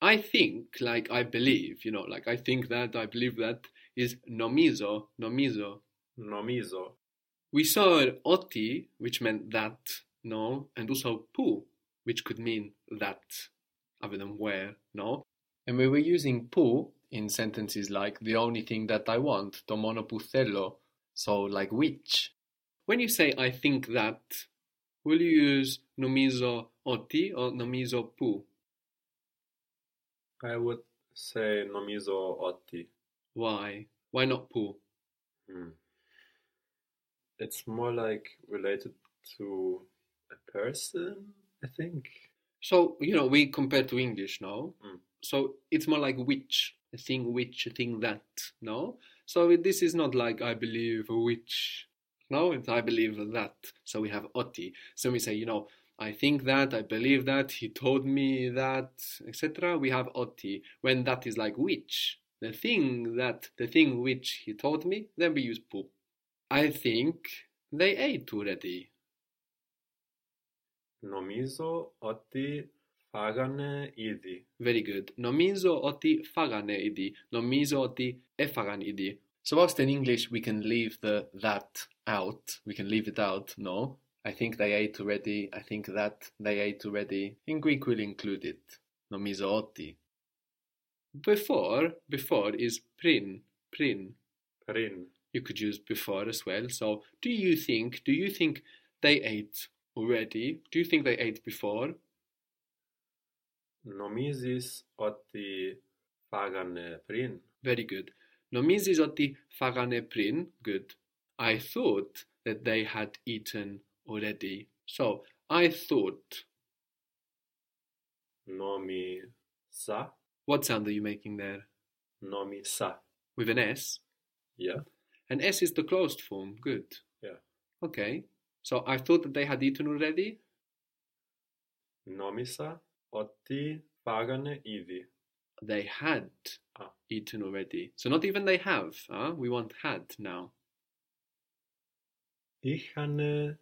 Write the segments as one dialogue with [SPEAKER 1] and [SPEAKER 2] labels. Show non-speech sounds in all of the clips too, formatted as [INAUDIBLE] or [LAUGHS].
[SPEAKER 1] I think, like I believe, you know, like I think that, I believe that is nomizo, nomizo.
[SPEAKER 2] Nomizo.
[SPEAKER 1] We saw oti, which meant that, no, and also pu, which could mean that, other than where, no. And we were using pu in sentences like the only thing that I want, to monopucello, so like which. When you say I think that, will you use nomizo oti or nomizo pu?
[SPEAKER 2] I would say nomizo otti.
[SPEAKER 1] Why? Why not pu?
[SPEAKER 2] Hmm. It's more like related to a person, I think.
[SPEAKER 1] So, you know, we compare to English now.
[SPEAKER 2] Mm.
[SPEAKER 1] So it's more like which, a thing which, a thing that, no? So it- this is not like I believe which, no? It's I believe that. So we have oti. So we say, you know, I think that, I believe that, he told me that, etc. We have oti. When that is like which, the thing that, the thing which he told me, then we use pu. I think they ate already.
[SPEAKER 2] Nomizo otti fagane idi.
[SPEAKER 1] Very good. Nomizo oti fagane idi. Nomizo oti efagan idi. So whilst in English we can leave the that out, we can leave it out, no? I think they ate already, I think that they ate already. In Greek we'll include it. Nomizo oti. Before, before is prin, prin.
[SPEAKER 2] Prin.
[SPEAKER 1] You could use before as well. So do you think, do you think they ate already? Do you think they ate before?
[SPEAKER 2] Νομίζεις ότι φάγανε πριν.
[SPEAKER 1] Very good. Νομίζεις ότι φάγανε πριν. Good. I thought that they had eaten already. So, I thought.
[SPEAKER 2] Νόμισα.
[SPEAKER 1] What sound are you making there?
[SPEAKER 2] Νόμισα.
[SPEAKER 1] With an S.
[SPEAKER 2] Yeah.
[SPEAKER 1] And S is the closed form. Good.
[SPEAKER 2] Yeah.
[SPEAKER 1] Okay. So, I thought that they had eaten already.
[SPEAKER 2] Νόμισα ότι φάγανε ήδη.
[SPEAKER 1] They had
[SPEAKER 2] Ah.
[SPEAKER 1] eaten already. So, not even they have. Huh? We want had now.
[SPEAKER 2] Είχανε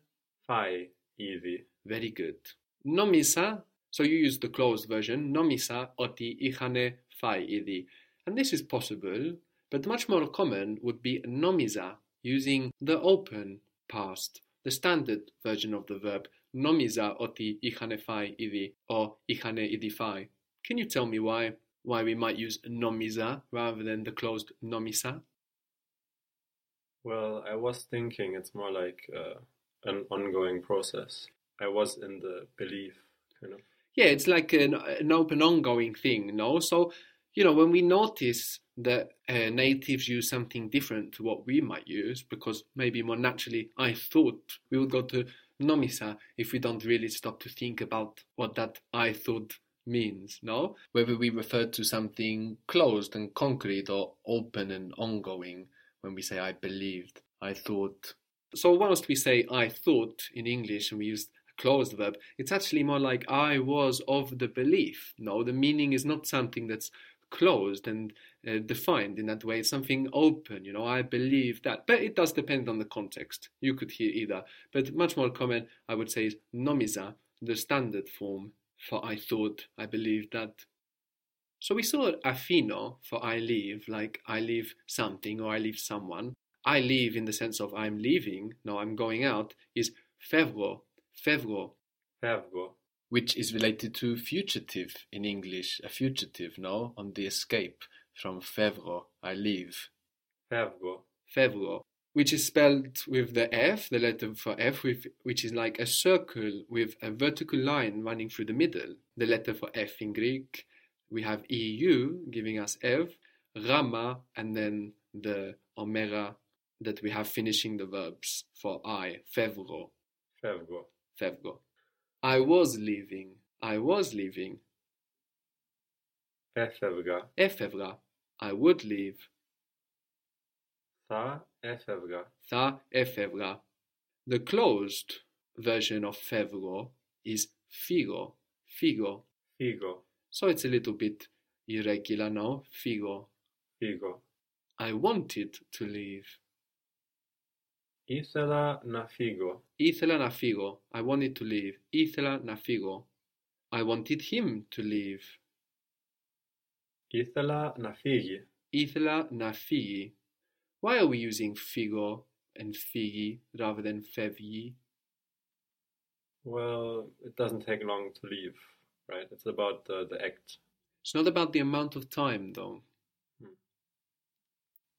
[SPEAKER 2] φάει ήδη.
[SPEAKER 1] Very good. Nomisa, so you use the closed version, nomisa oti ihane fai idi. And this is possible, but much more common would be nomisa, using the open past, the standard version of the verb, nomisa oti ihane fai idi, or ihane idi fai. Can you tell me why? Why we might use nomisa rather than the closed nomisa?
[SPEAKER 2] Well, I was thinking it's more like uh, an ongoing process. I was in the belief, kind of.
[SPEAKER 1] yeah, it's like an, an open, ongoing thing, no? So, you know, when we notice that uh, natives use something different to what we might use, because maybe more naturally, I thought we would go to nomisa if we don't really stop to think about what that I thought means, no? Whether we refer to something closed and concrete or open and ongoing when we say I believed, I thought. So, whilst we say I thought in English and we use a closed verb, it's actually more like I was of the belief. No, the meaning is not something that's closed and uh, defined in that way. It's something open, you know, I believe that. But it does depend on the context. You could hear either. But much more common, I would say, is nomisa, the standard form for I thought, I believed that. So we saw affino for I leave, like I leave something or I leave someone. I leave in the sense of I'm leaving, no, I'm going out, is fevro, fevro,
[SPEAKER 2] Φεύγω.
[SPEAKER 1] which is related to fugitive in English, a fugitive, no, on the escape from fevro, I leave,
[SPEAKER 2] Φεύγω.
[SPEAKER 1] fevro, which is spelled with the F, the letter for F, with, which is like a circle with a vertical line running through the middle. The letter for F in Greek, we have EU giving us F, Rama, and then the Omera that we have finishing the verbs for I, fevro,
[SPEAKER 2] Φεύγω.
[SPEAKER 1] fevro. I was leaving, I was leaving,
[SPEAKER 2] Έφευγα.
[SPEAKER 1] efevra, I would leave,
[SPEAKER 2] Θα έφευγα.
[SPEAKER 1] θα έφευγα. The closed version of φεύγω is φύγω, φύγω.
[SPEAKER 2] Φύγω.
[SPEAKER 1] So it's a little bit irregular now, φύγω.
[SPEAKER 2] Φύγω.
[SPEAKER 1] I wanted to leave.
[SPEAKER 2] Ήθελα να φύγω.
[SPEAKER 1] Ήθελα να φύγω. I wanted to leave. Ήθελα να φύγω. I wanted him to leave.
[SPEAKER 2] Ithala nafigi.
[SPEAKER 1] Ithla na figi. Why are we using figo and figi rather than fevyi?
[SPEAKER 2] Well, it doesn't take long to leave, right? It's about the, the act.
[SPEAKER 1] It's not about the amount of time, though.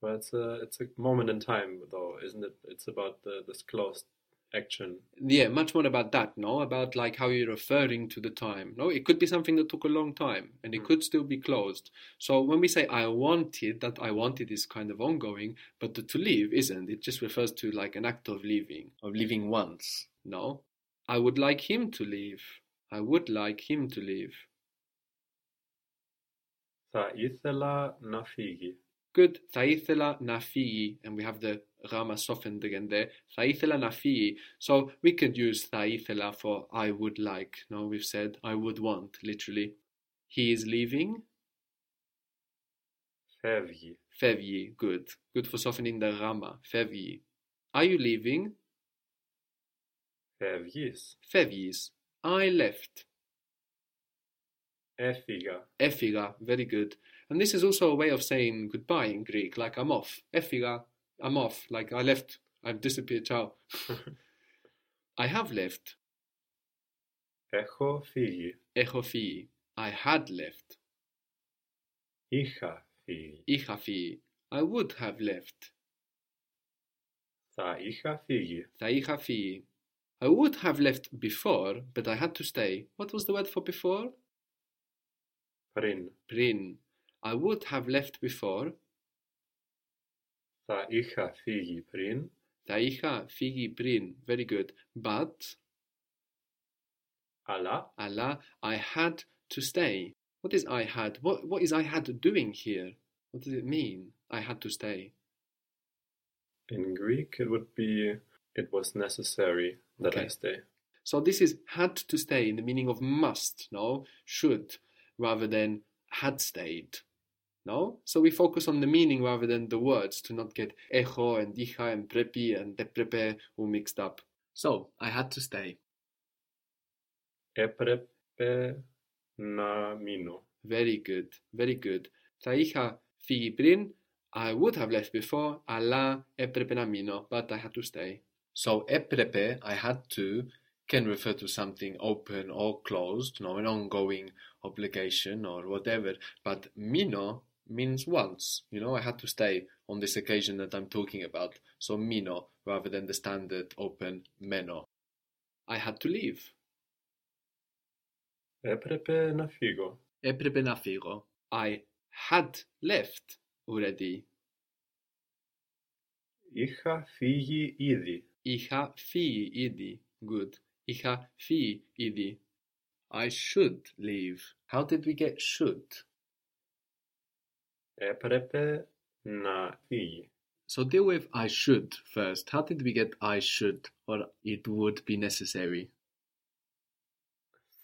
[SPEAKER 2] But it's a, it's a moment in time, though, isn't it? It's about the, this closed action.
[SPEAKER 1] Yeah, much more about that, no? About like how you're referring to the time. No, it could be something that took a long time and it could still be closed. So when we say I wanted, that I wanted is kind of ongoing, but the to leave isn't. It just refers to like an act of leaving, of leaving once. No. I would like him to leave. I would like him to leave.
[SPEAKER 2] Θα ήθελα να φύγει.
[SPEAKER 1] Good. Θα ήθελα να φύγει. And we have the γάμα softened again there. Θα ήθελα να φύγει. So we could use θα ήθελα for I would like. No, we've said I would want, literally. He is leaving.
[SPEAKER 2] Φεύγει.
[SPEAKER 1] Φεύγει. Good. Good for softening the γάμα. Φεύγει. Are you leaving?
[SPEAKER 2] Φεύγεις.
[SPEAKER 1] Φεύγεις. I left.
[SPEAKER 2] Έφυγα.
[SPEAKER 1] Effiga, very good. And this is also a way of saying goodbye in Greek, like I'm off. Effiga, I'm off. Like I left, I've disappeared, ciao. [LAUGHS] I have left.
[SPEAKER 2] Έχω φύγει.
[SPEAKER 1] Έχω φύγει. I had left.
[SPEAKER 2] Είχα φύγει.
[SPEAKER 1] Είχα φύγει. I would have left.
[SPEAKER 2] Θα είχα φύγει.
[SPEAKER 1] Θα είχα φύγει. I would have left before, but I had to stay. What was the word for before?
[SPEAKER 2] Πριν.
[SPEAKER 1] Prin. I would have left before.
[SPEAKER 2] Θα είχα φύγει πριν.
[SPEAKER 1] Θα είχα φύγει πριν. Very good. But
[SPEAKER 2] Αλλά
[SPEAKER 1] Allah, I had to stay. What is I had? What what is I had doing here? What does it mean? I had to stay.
[SPEAKER 2] in Greek it would be it was necessary that I
[SPEAKER 1] Okay.
[SPEAKER 2] stay.
[SPEAKER 1] So this is had to stay in the meaning of must, no, should, rather than had stayed. No? So we focus on the meaning rather than the words to not get echo and icha and prepi and deprepe all mixed up. So I had to stay.
[SPEAKER 2] Έπρεπε να μείνω.
[SPEAKER 1] Very good, very good. Θα είχα φύγει πριν. I would have left before, αλλά έπρεπε να μείνω, but I had to stay. So έπρεπε, I had to, can refer to something open or closed, no, an ongoing obligation or whatever. But mino means once. You know, I had to stay on this occasion that I'm talking about. So mino rather than the standard open meno. I had to leave.
[SPEAKER 2] Έπρεπε να φύγω.
[SPEAKER 1] έπρεπε να φύγω. I had left already.
[SPEAKER 2] Είχα φύγει ήδη.
[SPEAKER 1] Είχα φύγει ήδη. Good. Είχα φύγει ήδη. I should leave. How did we get should?
[SPEAKER 2] Έπρεπε να φύγει.
[SPEAKER 1] So deal with I should first. How did we get I should or it would be necessary?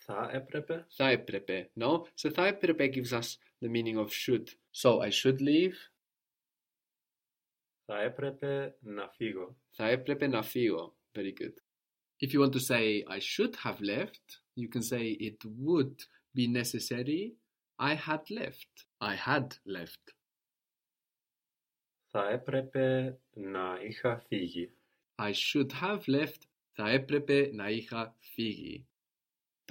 [SPEAKER 2] Θα έπρεπε.
[SPEAKER 1] Θα έπρεπε. No? So θα έπρεπε gives us the meaning of should. So I should leave.
[SPEAKER 2] Θα έπρεπε να φύγω.
[SPEAKER 1] Θα έπρεπε να φύγω. Very good. If you want to say I should have left, you can say it would be necessary. I had left. I had left.
[SPEAKER 2] Θα έπρεπε να είχα φύγει.
[SPEAKER 1] I should have left. Θα έπρεπε να είχα φύγει.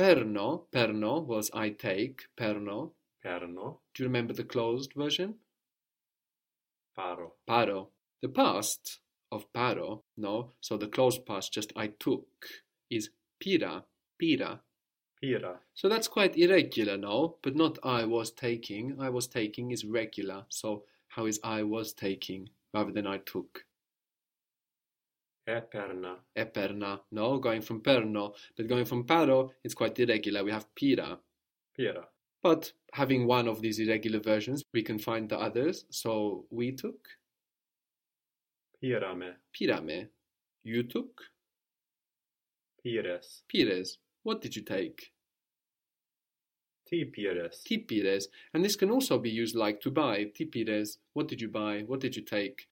[SPEAKER 1] Perno, perno was I take, perno.
[SPEAKER 2] Παίρνω.
[SPEAKER 1] Do you remember the closed version?
[SPEAKER 2] Πάρω.
[SPEAKER 1] Paro. The past of paro, no, so the closed past, just I took, is pira, pira,
[SPEAKER 2] Πήρα.
[SPEAKER 1] So that's quite irregular now, but not I was taking. I was taking is regular. So how is I was taking rather than I took?
[SPEAKER 2] Έπαιρνα.
[SPEAKER 1] Eperna, no, going from perno, but going from paro, it's quite irregular. We have pira.
[SPEAKER 2] Πήρα.
[SPEAKER 1] But having one of these irregular versions, we can find the others. So we took,
[SPEAKER 2] Πήραμε.
[SPEAKER 1] pirame. You took,
[SPEAKER 2] Πήρες.
[SPEAKER 1] pires. What did you take?
[SPEAKER 2] Τι πήρες.
[SPEAKER 1] tipires, and this can also be used like to buy, tipires, what did you buy, what did you take?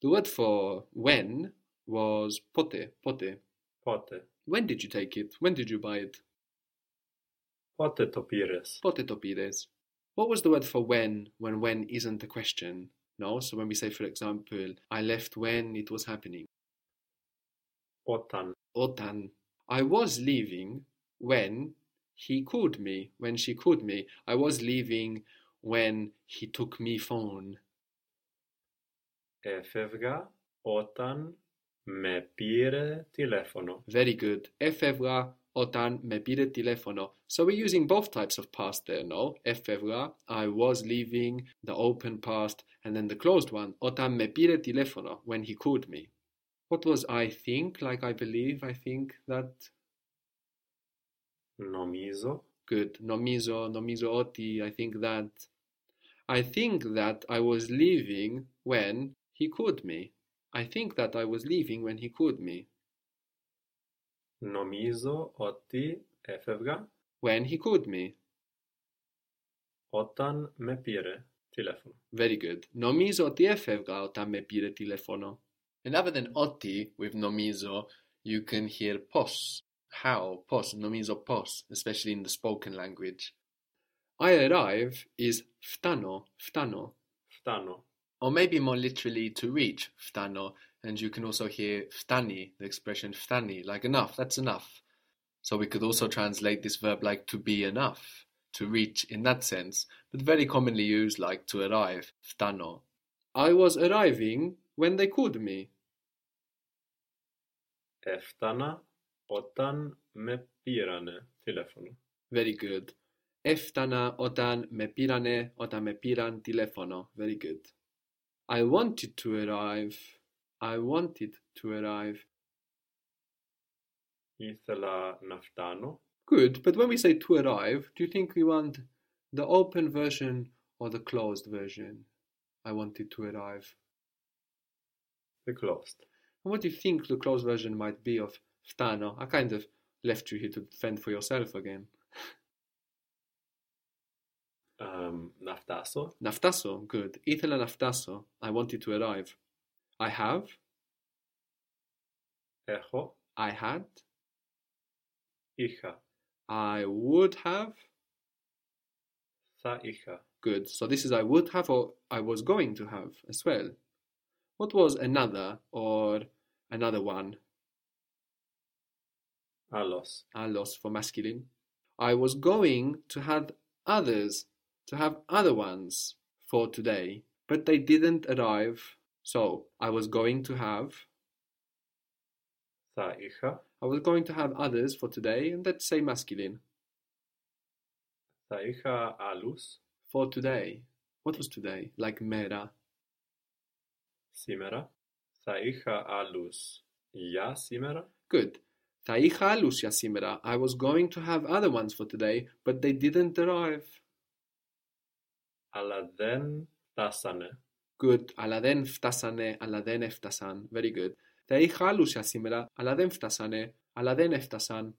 [SPEAKER 1] The word for when was pote, pote.
[SPEAKER 2] Πότε.
[SPEAKER 1] When did you take it? When did you buy it?
[SPEAKER 2] Πότε το πήρες.
[SPEAKER 1] Pote to pires. What was the word for when when when isn't a question? No, so when we say, for example, I left when it was happening.
[SPEAKER 2] Otan.
[SPEAKER 1] Otan. I was leaving when he called me, when she called me. I was leaving when he took me phone.
[SPEAKER 2] Έφευγα όταν με πήρε τηλέφωνο.
[SPEAKER 1] Very good. Efevra otan me pide telefono. So we're using both types of past there, no? Efevra, I was leaving, the open past, and then the closed one. Otan me pide telefono, when he called me. What was I think? Like I believe, I think that.
[SPEAKER 2] Νομίζω
[SPEAKER 1] Good. Nomizo, nomizo oti, I think that. I think that I was leaving when he called me. I think that I was leaving when he called me.
[SPEAKER 2] Νομίζω ότι έφευγα
[SPEAKER 1] When he called me.
[SPEAKER 2] όταν με πήρε τηλέφωνο.
[SPEAKER 1] Very good. Νομίζω ότι έφευγα όταν με πήρε τηλέφωνο. And other than ότι with nomizo, you can hear pos. How? Pos. Nomizo pos, especially in the spoken language. I arrive is φτάνω, φτάνω.
[SPEAKER 2] Φτάνω.
[SPEAKER 1] Or maybe more literally to reach, φτάνω. And you can also hear φτάνει, the expression φτάνει, like enough, that's enough. So we could also translate this verb like to be enough, to reach in that sense, but very commonly used like to arrive, φτάνω. I was arriving when they called me.
[SPEAKER 2] Έφτανα όταν με πήρανε τηλέφωνο.
[SPEAKER 1] Very good. Έφτανα όταν με πήρανε, όταν με πήραν τηλέφωνο. Very good. I wanted to arrive. I wanted to arrive.
[SPEAKER 2] Ήθελα να φτάνω
[SPEAKER 1] Good, but when we say to arrive, do you think we want the open version or the closed version? I wanted to arrive.
[SPEAKER 2] the closed.
[SPEAKER 1] And what do you think the closed version might be of Ftano? I kind of left you here to fend for yourself again.
[SPEAKER 2] Εμ, να φτάσω
[SPEAKER 1] um, Naftaso, good. Ithela naftaso, I wanted to arrive. I have,
[SPEAKER 2] έχω,
[SPEAKER 1] I had,
[SPEAKER 2] είχα,
[SPEAKER 1] I would have.
[SPEAKER 2] θα είχα,
[SPEAKER 1] Good. So this is I would have or I was going to have as well. What was another or another one?
[SPEAKER 2] άλλος,
[SPEAKER 1] Alos for masculine. I was going to have others, to have other ones for today, but they didn't arrive. So I was going to have,
[SPEAKER 2] θα είχα,
[SPEAKER 1] I was going to have others for today, and let's say masculine
[SPEAKER 2] θα είχα άλλους
[SPEAKER 1] for today. What was today? Like mera.
[SPEAKER 2] σήμερα, θα είχα άλλους για σήμερα,
[SPEAKER 1] Good. Θα είχα άλλους για σήμερα. I was going to have other ones for today, but they didn't arrive.
[SPEAKER 2] αλλά δεν φτάσανε.
[SPEAKER 1] Good. Αλλά δεν φτάσανε, αλλά δεν έφτασαν. Very good. Θα είχα άλλους για σήμερα, αλλά δεν φτάσανε, αλλά δεν έφτασαν.